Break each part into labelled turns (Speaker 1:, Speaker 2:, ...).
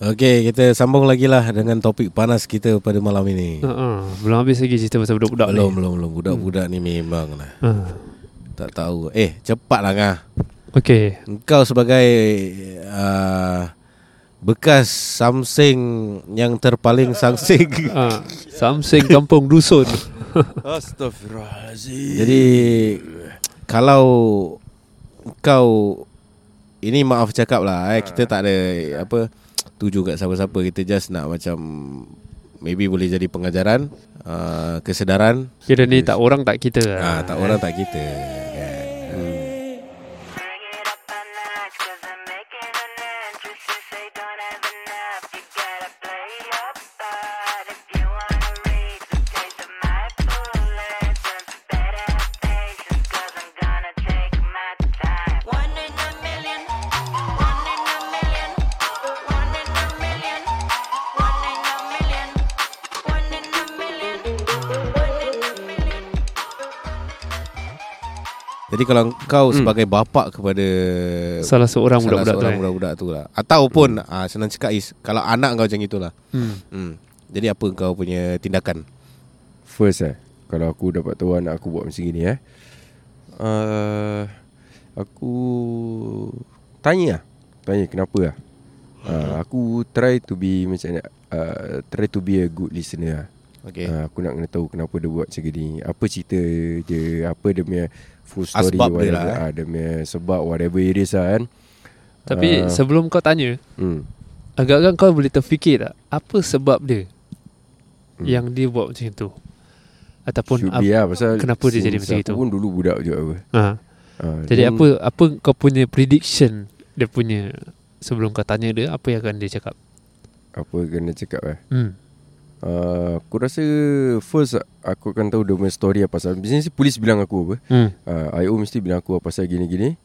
Speaker 1: Okey, kita sambung lagi lah dengan topik panas kita pada malam ini.
Speaker 2: Uh-uh. Belum habis lagi cerita pasal budak-budak
Speaker 1: Belum,
Speaker 2: ni.
Speaker 1: belum, belum. Budak-budak ni memang lah.
Speaker 2: Uh.
Speaker 1: Tak tahu. Eh, cepatlah Ngah.
Speaker 2: Okey.
Speaker 1: Engkau sebagai uh, bekas samsing yang terpaling sangsing.
Speaker 2: Uh, Samseng kampung dusun.
Speaker 1: Astagfirullahalazim. Jadi kalau kau ini maaf cakap lah eh, kita tak ada apa tuju kat siapa-siapa kita just nak macam maybe boleh jadi pengajaran uh, kesedaran
Speaker 2: Kira ni tak orang tak kita. lah.
Speaker 1: ah tak orang tak kita kan
Speaker 3: Bring it up a notch, cause I'm making an entrance. You say don't have enough, you gotta play your part. If you wanna reach the taste of my bullets, then better have patience, cause I'm gonna take my time. One in a million, one in a million, one in a million, one in a million, one in a million, one in a million.
Speaker 1: jadi kalau kau sebagai bapa kepada
Speaker 2: Hmm. Salah seorang
Speaker 1: salah
Speaker 2: budak-budak tu.
Speaker 1: seorang
Speaker 2: eh.
Speaker 1: budak-budak tu lah ataupun ah senang cakap is kalau anak kau macam itulah
Speaker 2: Hmm.
Speaker 1: hmm. jadi apa kau punya tindakan
Speaker 4: First eh Kalau aku dapat tahu anak aku buat macam gini eh uh, Aku Tanya lah Tanya kenapa lah
Speaker 3: Mhm.
Speaker 4: uh, Aku try to be macam mana, uh, Try to be a good listener lah
Speaker 1: okey
Speaker 2: Ah.
Speaker 4: uh, Aku nak kena tahu kenapa dia buat macam gini Apa cerita dia Apa dia punya full story
Speaker 1: Asbab dia
Speaker 4: whatever,
Speaker 1: lah, eh.
Speaker 4: ah, Dia punya sebab whatever it is lah kan
Speaker 2: Tapi
Speaker 4: Ah.
Speaker 2: sebelum kau tanya,
Speaker 4: hmm.
Speaker 2: agak-agak kau boleh terfikir tak apa sebab dia yang dia buat macam tu? Ataupun
Speaker 4: Should be
Speaker 2: ap-
Speaker 4: lah pasal
Speaker 2: kenapa dia jadi
Speaker 4: since
Speaker 2: macam
Speaker 4: aku
Speaker 2: itu?
Speaker 4: pun dulu budak juga apa
Speaker 2: ha.
Speaker 4: uh,
Speaker 2: Jadi apa apa kau punya prediction dia punya sebelum kau tanya dia apa yang akan dia cakap?
Speaker 4: Apa kena cakap eh
Speaker 2: Hmm.
Speaker 4: Uh, aku rasa first aku akan tahu dia punya story apa pasal Biasanya polis bilang aku apa
Speaker 2: Hmm.
Speaker 4: uh, IO mesti bilang aku apa pasal gini-gini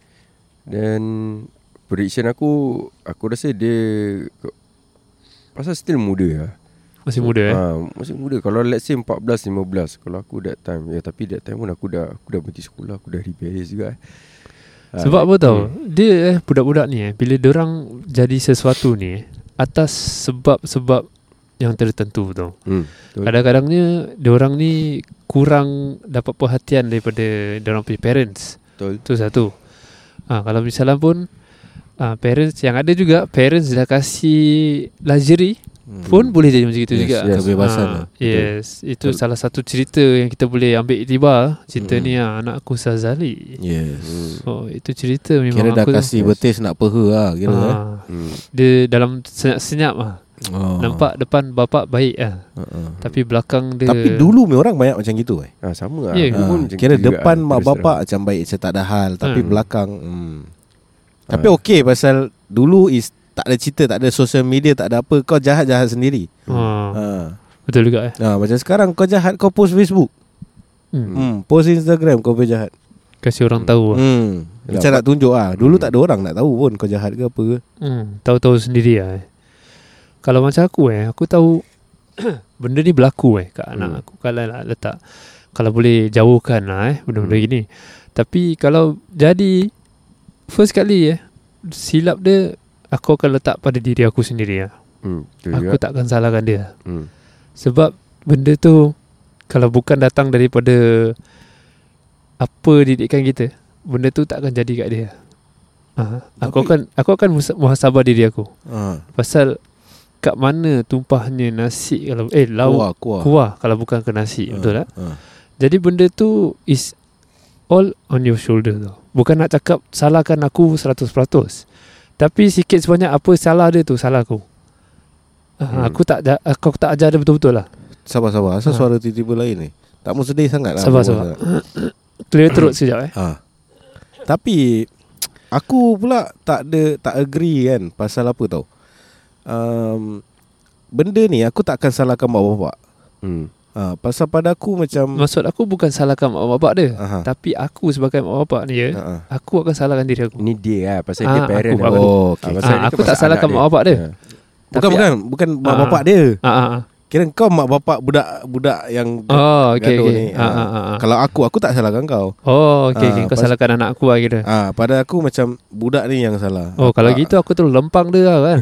Speaker 4: Then prediction aku Aku rasa dia Pasal still muda lah
Speaker 2: Masih muda eh.
Speaker 4: ha, Masih muda Kalau let's say 14-15 Kalau aku that time Ya tapi that time pun aku dah Aku dah berhenti sekolah Aku dah rebellious juga eh. Ah,
Speaker 2: Sebab apa
Speaker 4: like,
Speaker 2: tahu?
Speaker 1: hmm.
Speaker 2: Dia eh budak-budak ni eh bila orang jadi sesuatu ni eh, atas sebab-sebab yang tertentu tau.
Speaker 4: hmm, betul.
Speaker 2: Kadang-kadangnya orang ni kurang dapat perhatian daripada orang punya parents.
Speaker 4: Betul
Speaker 2: Itu satu. Ha, kalau misalnya pun ha, parents yang ada juga parents dah kasih luxury
Speaker 1: Hmm.
Speaker 2: pun boleh jadi macam itu
Speaker 1: Yes,
Speaker 2: juga.
Speaker 4: yes.
Speaker 1: Kebebasan
Speaker 2: Ah,
Speaker 1: lah.
Speaker 2: Yes, itu
Speaker 4: Betul.
Speaker 2: salah satu cerita yang kita boleh ambil tiba. Cerita
Speaker 1: Hmm.
Speaker 2: ni ah, anak aku Sazali.
Speaker 1: yes
Speaker 2: So itu cerita memang
Speaker 1: Kira dah
Speaker 2: aku
Speaker 1: kasih
Speaker 4: Yes.
Speaker 1: betis nak peha lah Kira
Speaker 2: ha,
Speaker 1: eh
Speaker 4: hmm.
Speaker 2: dia dalam senyap-senyap ah.
Speaker 1: oh.
Speaker 2: Nampak depan bapak baik ah,
Speaker 1: uh-uh.
Speaker 2: tapi belakang dia
Speaker 1: Tapi dulu ni orang banyak macam gitu eh
Speaker 4: ha, Sama lah
Speaker 2: Ya,
Speaker 4: Aku
Speaker 1: ha.
Speaker 4: pun macam
Speaker 1: Kira
Speaker 4: gitu juga
Speaker 1: depan
Speaker 4: lah,
Speaker 1: mak
Speaker 4: terus
Speaker 1: bapak macam baik Saya tak ada hal Tapi
Speaker 2: eh, Hmm. Ah.
Speaker 1: belakang hmm. Tapi okey pasal Dulu is tak ada cerita Tak ada social media Tak ada apa Kau jahat-jahat sendiri
Speaker 2: ha,
Speaker 1: ha.
Speaker 2: betul juga eh.
Speaker 1: ha. Macam sekarang kau jahat Kau post Facebook
Speaker 2: Hmm.
Speaker 1: hmm. Post Instagram Kau boleh jahat
Speaker 2: Kasih orang tahu ah.
Speaker 1: hmm. Macam
Speaker 4: Dapat.
Speaker 1: nak tunjuk ah. Dulu
Speaker 4: Hmm.
Speaker 1: tak ada orang nak tahu pun Kau jahat ke apa ke
Speaker 2: Hmm, tahu-tahu sendiri lah eh. Kalau macam aku eh, aku tahu benda ni berlaku eh kat anak
Speaker 4: Hmm.
Speaker 2: aku. Kalau lah letak, kalau boleh jauhkan lah eh benda-benda
Speaker 4: Hmm.
Speaker 2: gini. Tapi kalau jadi, first kali eh, silap dia, aku akan letak pada diri aku sendiri lah.
Speaker 4: terang. hmm, betul
Speaker 2: Aku
Speaker 4: juga.
Speaker 2: takkan salahkan dia.
Speaker 4: hmm.
Speaker 2: Sebab benda tu, kalau bukan datang daripada apa didikan kita, benda tu tak akan jadi kat dia. Ha, aku
Speaker 1: Tapi-
Speaker 2: akan aku akan musa- muhasabah diri aku.
Speaker 1: ha.
Speaker 2: Pasal kat mana tumpahnya nasi kalau eh
Speaker 1: Kuah
Speaker 2: lauk
Speaker 1: Kuah,
Speaker 2: kuah, kuah kalau bukan ke nasi,
Speaker 1: Ha,
Speaker 2: betul eh? tak?
Speaker 1: ha.
Speaker 2: Jadi benda tu is all on your shoulder tu. Bukan nak cakap salahkan aku 100%. Tapi sikit sebanyak apa salah dia tu salah aku.
Speaker 4: Hmm.
Speaker 2: Ha, aku tak ja- aku tak ajar dia betul-betul lah.
Speaker 1: Sabar-sabar Asal
Speaker 2: Ha.
Speaker 1: suara tiba-tiba lain ni Tak mau sedih sangat lah
Speaker 2: Sabar,
Speaker 1: Buat
Speaker 2: sabar.
Speaker 1: sangat.
Speaker 2: Clear throat sekejap eh.
Speaker 1: ha. Tapi Aku pula tak ada Tak agree kan Pasal apa tau um, Benda ni aku tak akan salahkan mak bapak
Speaker 4: Hmm.
Speaker 1: ha, Pasal pada aku macam
Speaker 2: Maksud aku bukan salahkan mak bapak dia.
Speaker 1: Aha.
Speaker 2: Tapi aku sebagai mak bapak ni ya,
Speaker 1: Ha, ha.
Speaker 2: aku akan salahkan diri aku.
Speaker 4: Ni dia lah Pasal
Speaker 2: Ah,
Speaker 4: dia parent
Speaker 2: aku-
Speaker 4: lah.
Speaker 2: aku-
Speaker 1: Oh okay.
Speaker 4: pasal
Speaker 2: Ah,
Speaker 4: ni kan
Speaker 2: aku tak
Speaker 4: pasal
Speaker 2: salahkan
Speaker 4: anak
Speaker 2: mak bapak dia.
Speaker 4: Ah.
Speaker 1: Bukan
Speaker 2: Tapi-
Speaker 1: bukan Bukan mak
Speaker 2: Ha.
Speaker 1: bapak dia
Speaker 2: Ah, ah, ah.
Speaker 1: Kira kau mak bapak budak-budak yang
Speaker 2: Oh okay,
Speaker 1: gaduh
Speaker 2: okay.
Speaker 1: ni.
Speaker 2: Ha,
Speaker 1: Ah.
Speaker 2: ha, ha, ha.
Speaker 1: Kalau aku Aku tak salahkan kau
Speaker 2: Oh okay, okay.
Speaker 1: Ah,
Speaker 2: Kau
Speaker 1: pas-
Speaker 2: salahkan anak aku lah kira
Speaker 1: Ah, Pada aku macam Budak ni yang salah Ah,
Speaker 2: Oh kalau
Speaker 1: tak,
Speaker 2: gitu aku terus lempang dia lah kan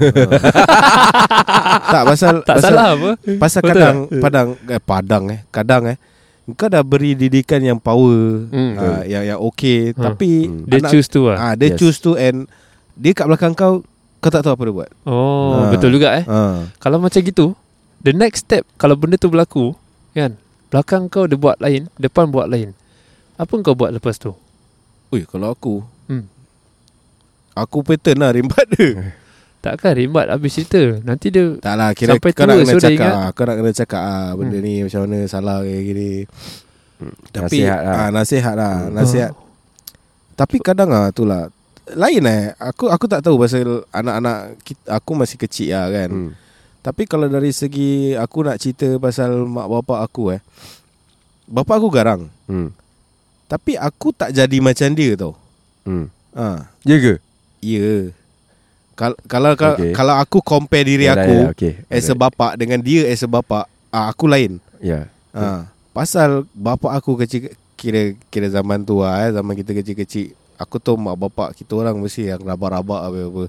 Speaker 1: Tak pasal
Speaker 2: Tak
Speaker 1: pasal,
Speaker 2: salah apa
Speaker 1: Pasal
Speaker 2: Betul
Speaker 1: kadang
Speaker 2: tak?
Speaker 1: Padang eh, Padang eh Kadang eh Kau dah beri didikan yang power
Speaker 2: Hmm.
Speaker 1: ah, Yang yang okay
Speaker 2: Hmm.
Speaker 1: Tapi
Speaker 4: Hmm.
Speaker 2: Dia
Speaker 1: anak-
Speaker 2: choose tu lah
Speaker 1: ah, Dia
Speaker 4: Yes.
Speaker 1: choose tu and Dia kat belakang kau Kau tak tahu apa dia buat
Speaker 2: Oh
Speaker 1: Ah.
Speaker 2: betul juga eh
Speaker 1: ah.
Speaker 2: Kalau macam gitu The next step Kalau benda tu berlaku Kan Belakang kau dia buat lain Depan buat lain Apa kau buat lepas tu
Speaker 1: Ui kalau aku
Speaker 2: Hmm.
Speaker 1: Aku pattern lah rembat dia
Speaker 2: Takkan rimbat habis cerita Nanti dia
Speaker 1: Tak lah kira
Speaker 2: Sampai
Speaker 1: kau
Speaker 2: tua,
Speaker 1: nak kena
Speaker 2: so dia
Speaker 1: cakap
Speaker 2: ingat. Hmm.
Speaker 1: ah, Kau nak kena cakap ah, Benda ni macam mana Salah kayak gini Tapi
Speaker 4: Nasihat lah.
Speaker 1: ah, Nasihat lah Nasihat Tapi kadang ah tu lah Lain eh Aku aku tak tahu pasal Anak-anak kita, Aku masih kecil lah kan
Speaker 4: Hmm.
Speaker 1: Tapi kalau dari segi Aku nak cerita pasal Mak bapak aku eh Bapak aku garang
Speaker 4: Hmm.
Speaker 1: Tapi aku tak jadi macam dia tau
Speaker 4: Hmm.
Speaker 1: ha,
Speaker 4: Ya ke?
Speaker 1: Ya yeah. Kal- kalau kalau,
Speaker 4: Okay.
Speaker 1: kalau aku compare diri
Speaker 4: Yalah,
Speaker 1: aku
Speaker 4: yalah, okay.
Speaker 1: as a bapak dengan dia as a bapak, ah, aku lain.
Speaker 4: Ya.
Speaker 1: Ha.
Speaker 2: Hmm.
Speaker 1: Pasal bapak aku kecil kira kira zaman tu ah, eh, zaman kita kecil-kecil. Aku tahu mak bapak kita orang mesti yang rabak-rabak apa-apa.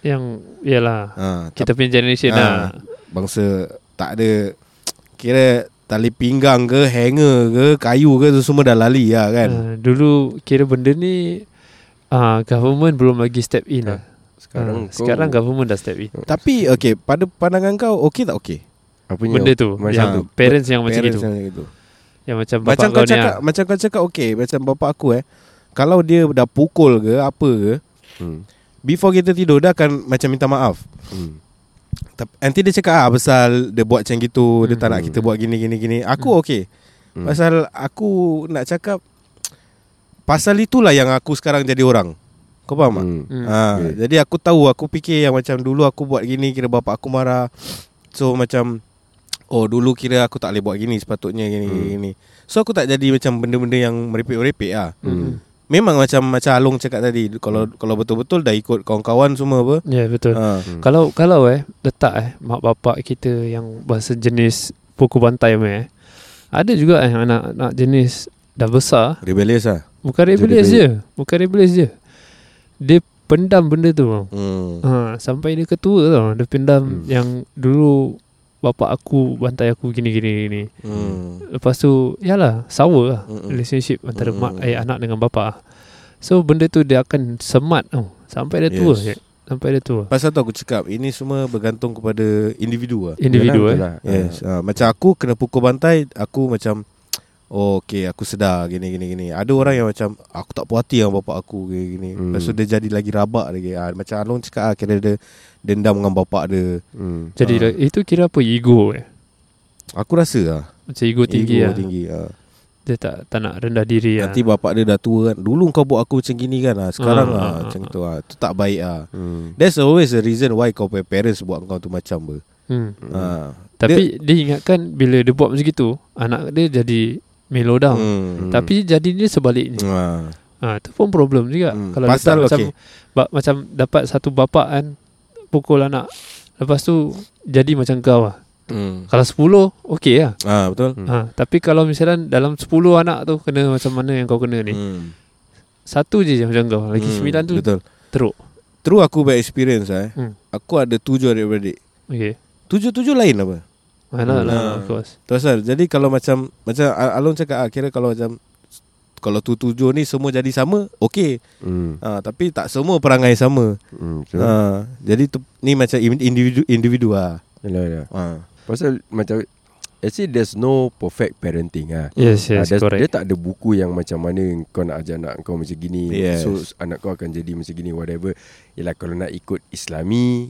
Speaker 2: Yang Yalah
Speaker 1: Ha,
Speaker 2: Kita punya generation
Speaker 1: Ah.
Speaker 2: lah
Speaker 1: bangsa tak ada kira tali pinggang ke, hanger ke, kayu ke tu semua dah lali lah kan.
Speaker 2: Ah, Dulu Kira benda ni ah, Government belum lagi step in lah Ah,
Speaker 4: Sekarang
Speaker 2: Sekarang
Speaker 4: kau
Speaker 2: government dah step in
Speaker 1: Tapi okay, pada pandangan kau okey tak okey?
Speaker 4: apa
Speaker 2: Benda tu
Speaker 4: macam
Speaker 2: Yang
Speaker 1: tu.
Speaker 2: parents yang macam
Speaker 1: Parents
Speaker 2: gitu
Speaker 1: yang macam gitu.
Speaker 2: Yang macam bapak
Speaker 1: Macam
Speaker 2: kau
Speaker 1: kau
Speaker 2: ni lah
Speaker 1: cakap Macam kau cakap Okay Macam bapak aku eh Kalau dia dah pukul ke Apa ke
Speaker 4: Hmm.
Speaker 1: Before kita tidur Dia akan macam minta maaf
Speaker 4: Hmm.
Speaker 1: Tap- Nanti dia cakap ah, Pasal dia buat macam gitu Dia tak nak
Speaker 4: Hmm.
Speaker 1: kita buat gini gini gini Aku
Speaker 2: Hmm.
Speaker 1: okay
Speaker 4: Hmm.
Speaker 1: Pasal aku nak cakap Pasal itulah yang aku sekarang jadi orang Kau faham tak?
Speaker 4: Hmm.
Speaker 2: Hmm.
Speaker 1: Ha,
Speaker 4: Okay.
Speaker 1: Jadi aku tahu Aku fikir yang macam dulu Aku buat gini Kira bapak aku marah So macam Oh dulu kira aku tak boleh buat gini Sepatutnya gini
Speaker 4: Hmm.
Speaker 1: hmm. gini So aku tak jadi macam Benda-benda yang merepek-merepek lah
Speaker 4: Hmm.
Speaker 1: Memang macam Macam Along cakap tadi Kalau kalau betul-betul Dah ikut kawan-kawan semua apa
Speaker 2: Ya yeah, betul
Speaker 1: ha.
Speaker 4: Hmm.
Speaker 2: Kalau kalau eh letak eh mak bapak kita yang bahasa jenis pukul bantai punya eh. Ada juga eh anak-anak jenis dah besar,
Speaker 1: Rebellious
Speaker 4: ah.
Speaker 1: lah
Speaker 2: bukan
Speaker 4: Jadi
Speaker 2: rebellious
Speaker 4: baik.
Speaker 2: je, bukan rebellious je. Dia pendam benda tu. tau.
Speaker 1: hmm.
Speaker 2: Ha, sampai dia ketua tau, dia pendam
Speaker 4: Hmm.
Speaker 2: yang dulu bapak aku bantai aku gini gini gini.
Speaker 1: Hmm.
Speaker 2: Lepas tu Yalah Sour lah
Speaker 1: Mm-mm.
Speaker 2: Relationship Antara
Speaker 1: Mm-mm.
Speaker 2: mak eh, Anak dengan bapa So benda tu Dia akan semat tau Sampai dia tua
Speaker 1: Yes.
Speaker 2: Jack. Sampai dia tua
Speaker 1: Pasal tu aku cakap Ini semua bergantung kepada Individu lah
Speaker 2: Individu eh
Speaker 4: Yalah, betul lah.
Speaker 1: Yes ha. Macam aku kena pukul bantai Aku macam Oh okay aku sedar Gini gini gini Ada orang yang macam Aku tak puas hati dengan bapak aku Gini gini hmm.
Speaker 4: Hmm.
Speaker 1: Lepas tu dia jadi lagi rabak lagi ha. Macam Along cakap ah, Kira dia dendam dengan bapak dia
Speaker 4: Hmm.
Speaker 2: Jadi
Speaker 1: Ah.
Speaker 2: ha. itu kira apa Ego eh
Speaker 1: Aku rasa lah
Speaker 2: Macam ego
Speaker 1: Ego
Speaker 2: tinggi lah
Speaker 1: tinggi ha.
Speaker 2: Dia tak, tak nak rendah diri lah
Speaker 1: Nanti bapak dia dah tua kan Dulu kau buat aku macam gini kan ah. Sekarang
Speaker 2: Ah,
Speaker 1: ah,
Speaker 2: ah,
Speaker 1: Macam
Speaker 2: ah.
Speaker 1: tu ah. Tu tak baik ah.
Speaker 4: Hmm.
Speaker 1: That's always the reason why kau punya parents buat kau tu macam ber.
Speaker 2: hmm.
Speaker 4: Hmm.
Speaker 1: Ha.
Speaker 2: Tapi dia, dia ingatkan Bila dia buat macam gitu Anak dia jadi Mellow down
Speaker 1: Hmm.
Speaker 2: Tapi jadinya sebaliknya
Speaker 1: Ha.
Speaker 2: ha, Itu pun problem juga
Speaker 1: Hmm.
Speaker 2: Kalau
Speaker 1: Pasal,
Speaker 2: letak
Speaker 1: okey.
Speaker 2: macam ba, Macam dapat satu bapak kan Pukul anak Lepas tu Jadi macam kau lah
Speaker 1: Hmm.
Speaker 2: Kalau 10 Okey lah
Speaker 1: Ha betul.
Speaker 4: Hmm.
Speaker 2: ha, Tapi kalau misalnya Dalam 10 anak tu Kena macam mana yang kau kena ni
Speaker 1: Hmm.
Speaker 2: Satu je macam kau Lagi 9 tu
Speaker 1: betul.
Speaker 2: teruk
Speaker 1: True aku bad experience eh.
Speaker 2: Hmm.
Speaker 1: Aku ada tujuh adik-beradik.
Speaker 2: Okey
Speaker 1: Tujuh-tujuh lain apa?
Speaker 2: Mana
Speaker 4: Hmm.
Speaker 2: lah
Speaker 1: Ah.
Speaker 2: of course
Speaker 1: Tu pasal. Jadi kalau macam macam Al- Along cakap ah, kira kalau macam kalau tu tujuh ni semua jadi sama, okey.
Speaker 4: Hmm.
Speaker 1: Ha, tapi tak semua perangai sama.
Speaker 4: Hmm. Betul.
Speaker 1: Ha, jadi tu, ni macam individu individu ah.
Speaker 4: Yalah, yalah.
Speaker 1: Ha.
Speaker 4: Pasal macam Actually there's no perfect parenting ah.
Speaker 2: Yes
Speaker 4: Ah,
Speaker 2: yes
Speaker 4: there's- dia
Speaker 2: correct
Speaker 4: tak ada buku yang macam mana kau nak ajar anak kau macam gini.
Speaker 1: Yes.
Speaker 4: So anak kau akan jadi macam gini whatever. Yalah kalau nak ikut Islami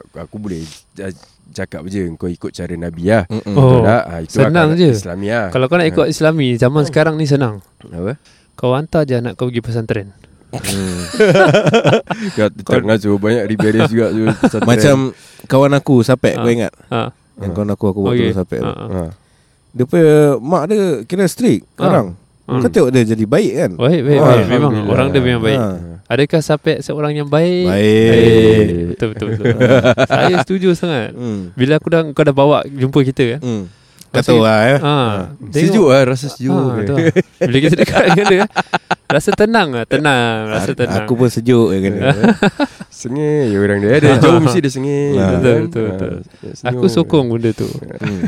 Speaker 4: aku, aku boleh ja- cakap je kau ikut cara Nabi lah.
Speaker 1: Mm-mm.
Speaker 2: Oh
Speaker 4: Betul tak? Ah, itulah
Speaker 2: senang
Speaker 4: kalau
Speaker 2: je.
Speaker 4: Islami
Speaker 1: Ah.
Speaker 4: lah.
Speaker 2: Kalau kau nak ikut islami Zaman sekarang ni senang
Speaker 4: apa?
Speaker 2: Kau hantar je anak kau pergi pesantren
Speaker 1: Hmm.
Speaker 4: Kau tengah suruh banyak rebellious juga suruh pesantren.
Speaker 1: Macam kawan aku Sapek
Speaker 2: Ah.
Speaker 1: kau
Speaker 2: Oh,
Speaker 1: ingat?
Speaker 2: ha.
Speaker 1: Yang kawan aku aku buat Oh,
Speaker 2: Okey.
Speaker 1: tu Sapek.
Speaker 2: Ha,
Speaker 1: tu.
Speaker 2: ha.
Speaker 4: ha.
Speaker 1: Dia punya mak dia kira strict
Speaker 2: Ah.
Speaker 1: sekarang. Hmm. Kau tengok dia jadi baik kan?
Speaker 2: Baik, baik,
Speaker 4: Wah,
Speaker 2: baik. Memang
Speaker 4: Alhamdulillah.
Speaker 2: orang dia memang baik.
Speaker 1: Ha.
Speaker 2: Adakah sampai seorang yang baik?
Speaker 1: Baik.
Speaker 2: Betul, betul, betul. Saya setuju sangat.
Speaker 1: Hmm.
Speaker 2: Bila aku dah kau dah bawa jumpa kita kan.
Speaker 1: Hmm. Kau tahu lah eh.
Speaker 2: Ha, tengok.
Speaker 4: Sejuk lah Rasa sejuk
Speaker 2: Ha, tu lah. Bila kita dekat dengan dia Rasa tenang lah Tenang Rasa tenang
Speaker 1: Aku pun sejuk je kan. kena.
Speaker 4: Sengih je orang dia Dia jauh mesti dia sengih
Speaker 1: Betul,
Speaker 4: kan?
Speaker 2: betul,
Speaker 4: Ah,
Speaker 2: betul.
Speaker 4: senyum.
Speaker 2: Aku sokong benda tu
Speaker 1: hmm.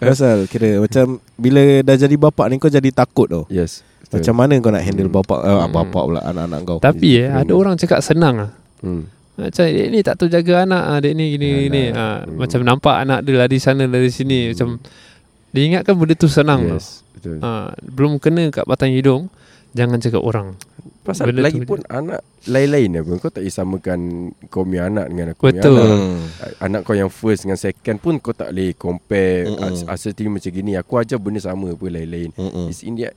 Speaker 1: Pasal kira macam bila dah jadi bapak ni kau jadi takut tau.
Speaker 4: Yes betul.
Speaker 1: Macam mana kau nak handle
Speaker 4: Hmm.
Speaker 1: bapak uh,
Speaker 2: Hmm.
Speaker 1: bapak pula anak-anak kau.
Speaker 2: Tapi eh Ada orang cakap senang lah
Speaker 4: hmm.
Speaker 2: Macam dia ni tak tahu jaga anak ah, Dia ni gini
Speaker 4: Anak.
Speaker 2: gini ah,
Speaker 4: Hmm.
Speaker 2: Macam nampak anak dia lari sana lari sini Macam Dia ingatkan benda tu senang yes.
Speaker 4: Yes Betul
Speaker 2: ah, Belum kena kat batang hidung Jangan cakap orang
Speaker 4: Pasal
Speaker 2: Benda tu
Speaker 4: lagi pun anak lain-lain apa Kau tak boleh samakan kau punya anak dengan aku punya
Speaker 2: Betul.
Speaker 4: anak.
Speaker 1: Hmm.
Speaker 4: Anak kau yang first dengan second pun kau tak boleh compare
Speaker 1: Mm-mm.
Speaker 4: mm asal tinggi macam gini aku ajar benda sama apa lain-lain.
Speaker 1: Mm-mm.
Speaker 4: It's in the,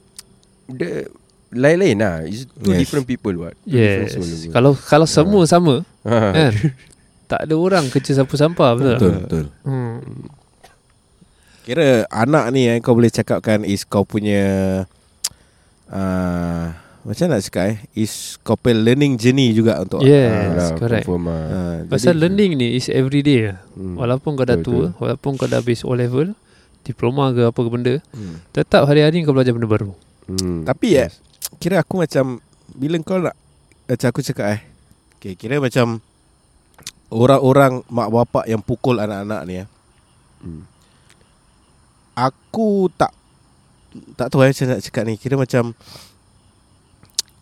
Speaker 4: the lain-lain lah. It's two
Speaker 1: Yes.
Speaker 4: yes. different people what. Two different
Speaker 2: Yes
Speaker 4: soul apa.
Speaker 2: Kalau kalau
Speaker 4: Ya.
Speaker 2: semua sama
Speaker 4: Ha.
Speaker 2: kan Tak ada orang kerja sapu sampah Betul, tak?
Speaker 1: Betul betul.
Speaker 2: Hmm.
Speaker 1: Kira anak ni eh, kau boleh cakapkan is kau punya uh, macam nak cakap eh is kau punya learning journey juga untuk
Speaker 4: Ha,
Speaker 2: Yes
Speaker 4: lah,
Speaker 2: Correct
Speaker 4: Confirm lah.
Speaker 1: Uh,
Speaker 2: Ya. Pasal learning ni is every day lah.
Speaker 4: Hmm.
Speaker 2: Walaupun kau dah
Speaker 4: Betul,
Speaker 2: tua Walaupun kau dah habis O level Diploma ke apa ke benda
Speaker 1: hmm.
Speaker 2: Tetap hari-hari kau belajar benda baru
Speaker 4: Hmm.
Speaker 1: Tapi, eh, Kira aku macam Bila kau nak Macam aku cakap eh okay, Kira macam Orang-orang Mak bapak yang pukul anak-anak ni eh
Speaker 4: Hmm.
Speaker 1: Aku tak Tak tahu eh macam nak cakap ni Kira macam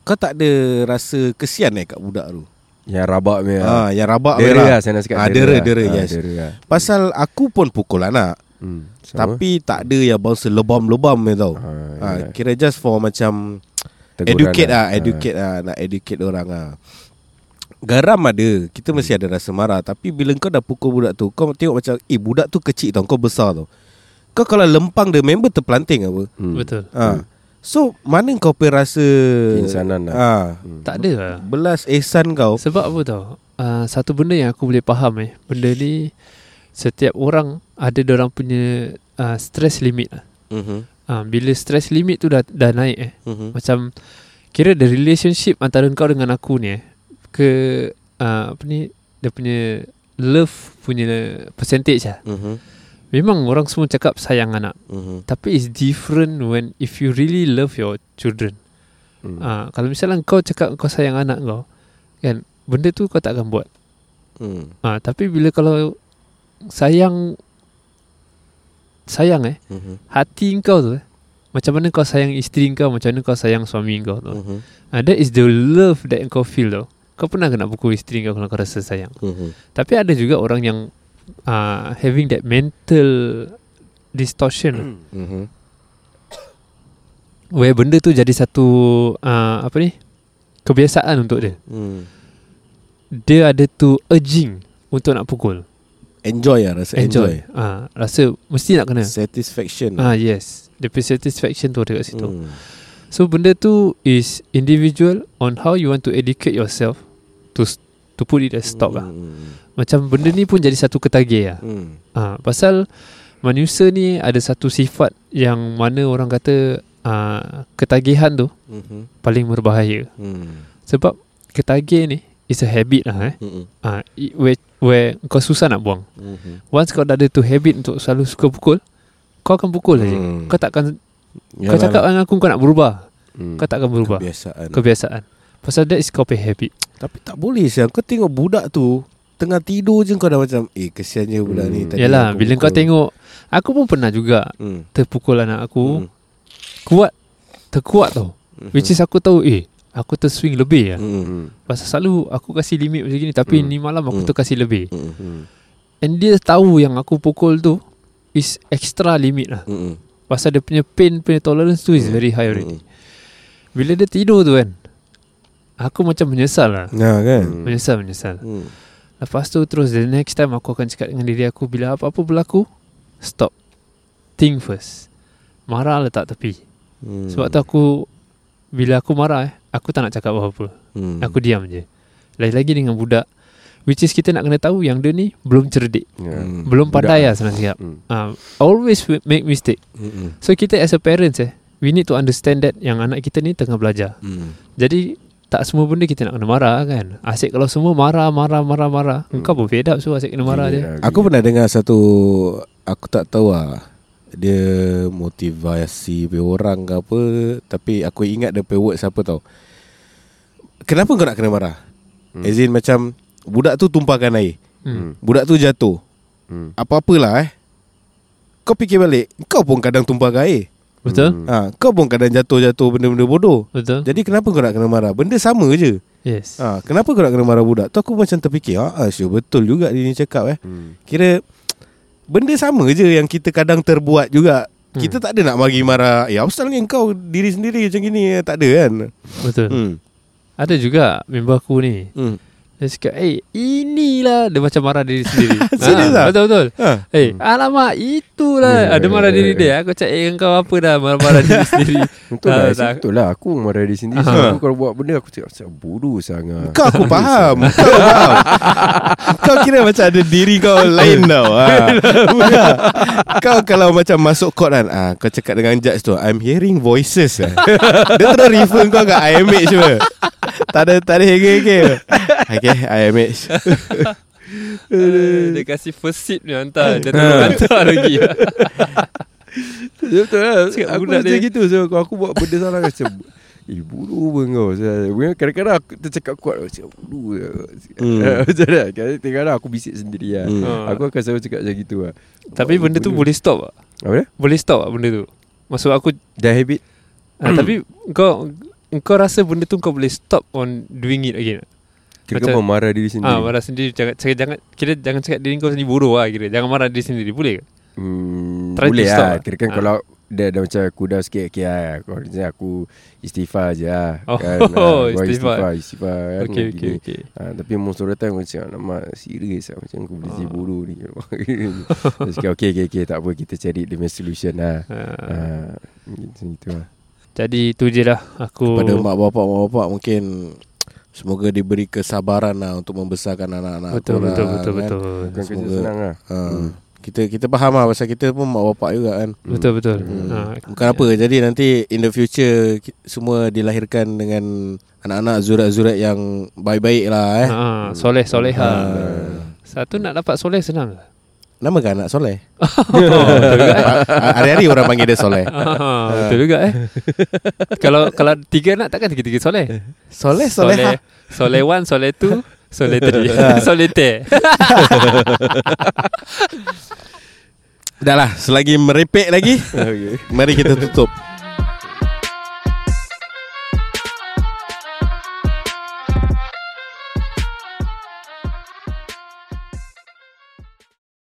Speaker 1: Kau tak ada rasa kesian eh kat budak tu
Speaker 4: Yang rabak punya.
Speaker 1: yeah. ha, Yang rabak
Speaker 4: Dera
Speaker 1: merah
Speaker 4: lah saya nak cakap.
Speaker 1: Ah, dera, dera,
Speaker 4: Ah,
Speaker 1: yes.
Speaker 4: Dera lah.
Speaker 1: Pasal aku pun pukul anak
Speaker 4: Hmm. Sama.
Speaker 1: Tapi tak ada yang bangsa lebam-lebam ni tau
Speaker 4: Ah,
Speaker 1: ha,
Speaker 4: yelah.
Speaker 1: Kira just for macam
Speaker 4: Teguran
Speaker 1: Educate
Speaker 4: Ah.
Speaker 1: lah Educate lah Nak educate orang lah Garam ada Kita
Speaker 4: Hmm.
Speaker 1: mesti ada rasa marah Tapi bila kau dah pukul budak tu Kau tengok macam Eh budak tu kecil tau Kau besar tau Kau kalau lempang dia Member terpelanting apa
Speaker 4: Hmm.
Speaker 2: Betul
Speaker 1: ha. So mana kau pun rasa
Speaker 4: Keinsanan lah.
Speaker 1: ha.
Speaker 4: Hmm.
Speaker 2: Tak ada lah
Speaker 1: Belas ehsan kau
Speaker 2: Sebab apa tau uh, Satu benda yang aku boleh faham eh Benda ni Setiap orang Ada orang punya uh, Stress limit lah.
Speaker 4: Mm-hmm.
Speaker 1: Mhm.
Speaker 2: uh, Bila stress limit tu dah, dah naik eh
Speaker 1: Mhm.
Speaker 2: Macam Kira the relationship Antara kau dengan aku ni eh Ke uh, Apa ni Dia punya Love punya Percentage lah
Speaker 4: Mm-hmm.
Speaker 1: Mhm.
Speaker 2: Memang orang semua cakap sayang anak
Speaker 1: Mhm.
Speaker 2: Tapi it's different when If you really love your children
Speaker 4: Hmm.
Speaker 2: Ah, Kalau misalnya kau cakap kau sayang anak kau Kan Benda tu kau tak akan buat
Speaker 1: Mhm.
Speaker 2: Ah, Tapi bila kalau Sayang Sayang eh
Speaker 1: Mhm.
Speaker 4: Mm-hmm.
Speaker 2: Hati kau tu eh, Macam mana kau sayang isteri kau Macam mana kau sayang suami kau tu
Speaker 1: Mhm.
Speaker 2: Ah, That is the love that kau feel tau Kau pernah kena pukul isteri kau Kalau kau rasa sayang
Speaker 4: Mm-hmm.
Speaker 1: Mhm.
Speaker 2: Tapi ada juga orang yang uh, Having that mental Distortion lah.
Speaker 1: Mhm.
Speaker 2: Where benda tu jadi satu uh, Apa ni Kebiasaan untuk dia
Speaker 1: Mhm.
Speaker 2: Dia ada tu urging Untuk nak pukul
Speaker 1: Enjoy lah Rasa enjoy,
Speaker 2: Enjoy, enjoy. Uh, Rasa mesti nak kena
Speaker 1: Satisfaction
Speaker 2: Ah Yes Dia punya satisfaction tu ada kat situ
Speaker 1: Mhm.
Speaker 2: So benda tu is individual On how you want to educate yourself To s- to put it a stop lah
Speaker 1: Mhm.
Speaker 2: Macam benda ni pun jadi satu ketagih lah
Speaker 1: Mhm.
Speaker 2: Ah, Pasal manusia ni ada satu sifat Yang mana orang kata ah, Ketagihan tu
Speaker 1: Mhm.
Speaker 2: paling berbahaya
Speaker 1: Mhm.
Speaker 2: Sebab ketagih ni is a habit lah eh.
Speaker 1: Mhm.
Speaker 2: Uh, it, where, where kau susah nak buang.
Speaker 1: Mhm.
Speaker 2: Once kau dah ada tu habit untuk selalu suka pukul, kau akan pukul saja.
Speaker 1: Hmm. Ya,
Speaker 2: Kau takkan
Speaker 1: Yalah,
Speaker 2: kau cakap dengan aku kau nak berubah.
Speaker 4: Hmm.
Speaker 2: Kau takkan berubah.
Speaker 1: kebiasaan.
Speaker 2: Kebiasaan. Pasal that is kau punya habit.
Speaker 1: Tapi tak boleh siang Kau tengok budak tu Tengah tidur je kau dah macam Eh kesiannya budak
Speaker 4: Hmm.
Speaker 1: ni tadi
Speaker 2: Yalah,
Speaker 1: aku
Speaker 2: bila
Speaker 1: pukul."
Speaker 2: kau tengok aku pun pernah juga
Speaker 1: hmm.
Speaker 2: terpukul anak aku,
Speaker 1: Hmm.
Speaker 2: kuat terkuat tau. Which is aku tahu eh aku terswing lebih ya.
Speaker 1: hmm. Hmm.
Speaker 4: Hmm.
Speaker 2: Pasal selalu aku kasih limit macam gini tapi
Speaker 4: Hmm.
Speaker 2: ni malam aku
Speaker 1: Hmm.
Speaker 2: terkasih lebih.
Speaker 1: Hmm.
Speaker 4: Hmm.
Speaker 2: And dia tahu yang aku pukul tu Is extra limit lah
Speaker 1: Hmm.
Speaker 2: Pasal dia punya pain punya tolerance tu Is very high already
Speaker 1: Hmm.
Speaker 2: Bila dia tidur tu kan Aku macam menyesal lah
Speaker 1: Ya kan
Speaker 4: Hmm.
Speaker 2: Menyesal menyesal
Speaker 1: hmm.
Speaker 2: Lepas tu terus the next time Aku akan cakap dengan diri aku Bila apa-apa berlaku Stop Think first Marah letak tepi
Speaker 1: Hmm.
Speaker 2: Sebab tu aku Bila aku marah eh Aku tak nak cakap apa-apa
Speaker 1: hmm.
Speaker 2: Aku diam je Lagi-lagi dengan budak Which is kita nak kena tahu Yang dia ni belum cerdik
Speaker 4: Ya.
Speaker 1: Hmm.
Speaker 2: Belum
Speaker 4: Budak
Speaker 2: pandai lah
Speaker 4: lah.
Speaker 2: senang cakap
Speaker 4: Hmm.
Speaker 2: um, always will make mistake.
Speaker 1: Hmm.
Speaker 2: So kita as a parents eh, we need to understand that yang anak kita ni tengah belajar.
Speaker 1: Hmm.
Speaker 2: Jadi tak semua benda kita nak kena marah kan. Asyik kalau semua marah, marah, marah, marah. Hmm. Kau pun fed up so asyik kena marah je.
Speaker 1: Aku pernah dengar satu Aku tak tahu lah Dia motivasi Dari orang ke apa Tapi aku ingat dia punya words apa tau Kenapa kau nak kena marah? Hmm. As in macam Budak tu tumpahkan air
Speaker 2: Hmm.
Speaker 1: Budak tu jatuh
Speaker 4: Hmm.
Speaker 1: Apa-apalah eh Kau fikir balik Kau pun kadang tumpahkan air hmm.
Speaker 2: Betul?
Speaker 1: ha, Kau pun kadang jatuh-jatuh Benda-benda bodoh
Speaker 2: Betul?
Speaker 1: Jadi kenapa kau nak kena marah? Benda sama je
Speaker 2: Yes.
Speaker 1: ha, Kenapa kau nak kena marah budak? Tu aku macam terfikir ah, ah, sure, Betul juga dia ni cakap eh
Speaker 4: Hmm.
Speaker 1: Kira Benda sama je Yang kita kadang terbuat juga hmm. Kita tak ada nak bagi marah Ya apa ni kau Diri sendiri macam gini Tak ada kan
Speaker 2: Betul.
Speaker 1: hmm.
Speaker 2: Ada juga member aku ni.
Speaker 1: Hmm.
Speaker 2: Dia cakap, eh inilah. Dia macam marah diri sendiri.
Speaker 1: Serius
Speaker 2: ha,
Speaker 1: ah?
Speaker 2: Betul-betul.
Speaker 1: Ha.
Speaker 2: Eh, hmm. alamak
Speaker 4: Hmm.
Speaker 2: itulah. Ada marah diri dia. Aku cakap, eh kau apa dah marah-marah diri sendiri.
Speaker 4: Betul
Speaker 2: Ah,
Speaker 4: lah,
Speaker 2: tak-
Speaker 4: betul lah. Aku marah diri sendiri.
Speaker 2: Aha.
Speaker 4: Sebab Aku kalau buat benda aku cakap "Sial, bodoh sangat.
Speaker 1: Kau aku faham Kau faham Kau kira macam ada diri kau lain tau ha. Kau kalau macam masuk court kan ah, Kau cakap dengan judge tu I'm hearing voices ah. Dia terus refer kau kat IMH je Tak ada Tak ada hege-hege Okay IMH
Speaker 2: Eh, dia kasih first seat ni hantar. Dia terus hantar lagi.
Speaker 4: Hmm. Ya, Betul lah.
Speaker 2: Cakap
Speaker 4: Aku
Speaker 2: budak
Speaker 4: macam
Speaker 2: dia.
Speaker 4: gitu. So, kalau aku buat benda salah aku cakap Eh bodoh pun kau Saya- Bukan kadang-kadang aku tercakap kuat Aku cakap bodoh lah.
Speaker 1: Hmm.
Speaker 4: Macam mana Kadang-kadang aku bisik sendiri lah
Speaker 1: Hmm.
Speaker 4: Aku akan selalu cakap macam gitu lah
Speaker 2: Tapi
Speaker 4: Buat
Speaker 2: benda tu boleh stop tak?
Speaker 4: Apa dia?
Speaker 2: Boleh stop tak benda tu? Maksud aku
Speaker 4: Dah habit
Speaker 2: ah,
Speaker 4: Hmm.
Speaker 2: Tapi kau Kau rasa benda tu kau boleh stop on doing it again tak?
Speaker 4: Kira-kira
Speaker 2: Macam-
Speaker 4: marah
Speaker 2: Ah,
Speaker 4: diri sendiri
Speaker 2: marah sendiri jangan, cakap, jangan, Kira jangan cakap diri kau sendiri bodoh lah kira Jangan marah diri sendiri Boleh ke?
Speaker 4: Hmm,
Speaker 2: Try to
Speaker 4: boleh
Speaker 2: stop
Speaker 4: lah
Speaker 2: lah.
Speaker 4: Kira kan
Speaker 2: Ah.
Speaker 4: kalau Dah, dah macam aku dah sikit okay, lah. Aku, aku istighfar je lah
Speaker 2: Oh,
Speaker 4: kan, ah, buat
Speaker 2: istighfar.
Speaker 4: Istighfar, istighfar kan,
Speaker 2: Okay
Speaker 4: gini.
Speaker 2: okay okay
Speaker 4: Ha, tapi most of the time aku cakap Alamak serius lah Macam aku boleh
Speaker 2: Ah.
Speaker 4: jadi bodoh ni Dia cakap okay, okay okay tak apa Kita cari dia punya solution lah ha,
Speaker 2: Ah,
Speaker 4: Macam itu lah
Speaker 2: Jadi tu je lah Aku
Speaker 1: Pada mak bapak mak bapak mungkin semoga diberi kesabaran lah untuk membesarkan anak-anak
Speaker 2: Betul
Speaker 1: korang,
Speaker 2: betul betul
Speaker 1: kan.
Speaker 2: betul
Speaker 4: Bukan kerja
Speaker 1: Semoga-
Speaker 4: senang lah
Speaker 1: Ha. Kita kita faham lah pasal kita pun mak bapak juga kan.
Speaker 2: Betul betul
Speaker 1: Hmm.
Speaker 2: Ah,
Speaker 1: Bukan apa jadi nanti in the future ki- semua dilahirkan dengan anak-anak zurat-zurat yang baik-baik lah eh.
Speaker 2: Ah, soleh soleha.
Speaker 1: Hmm.
Speaker 2: Satu nak dapat soleh senang ke?
Speaker 1: Nama kan anak Soleh? Ha- Hari-hari orang panggil dia Soleh.
Speaker 2: Ah, betul juga eh. kalau kalau tiga nak takkan tiga-tiga soleh.
Speaker 1: Soleh ha. Soleha.
Speaker 2: Soleh one, soleh two, soleh three, soleh te.
Speaker 1: Dah lah selagi merepek lagi mari kita tutup.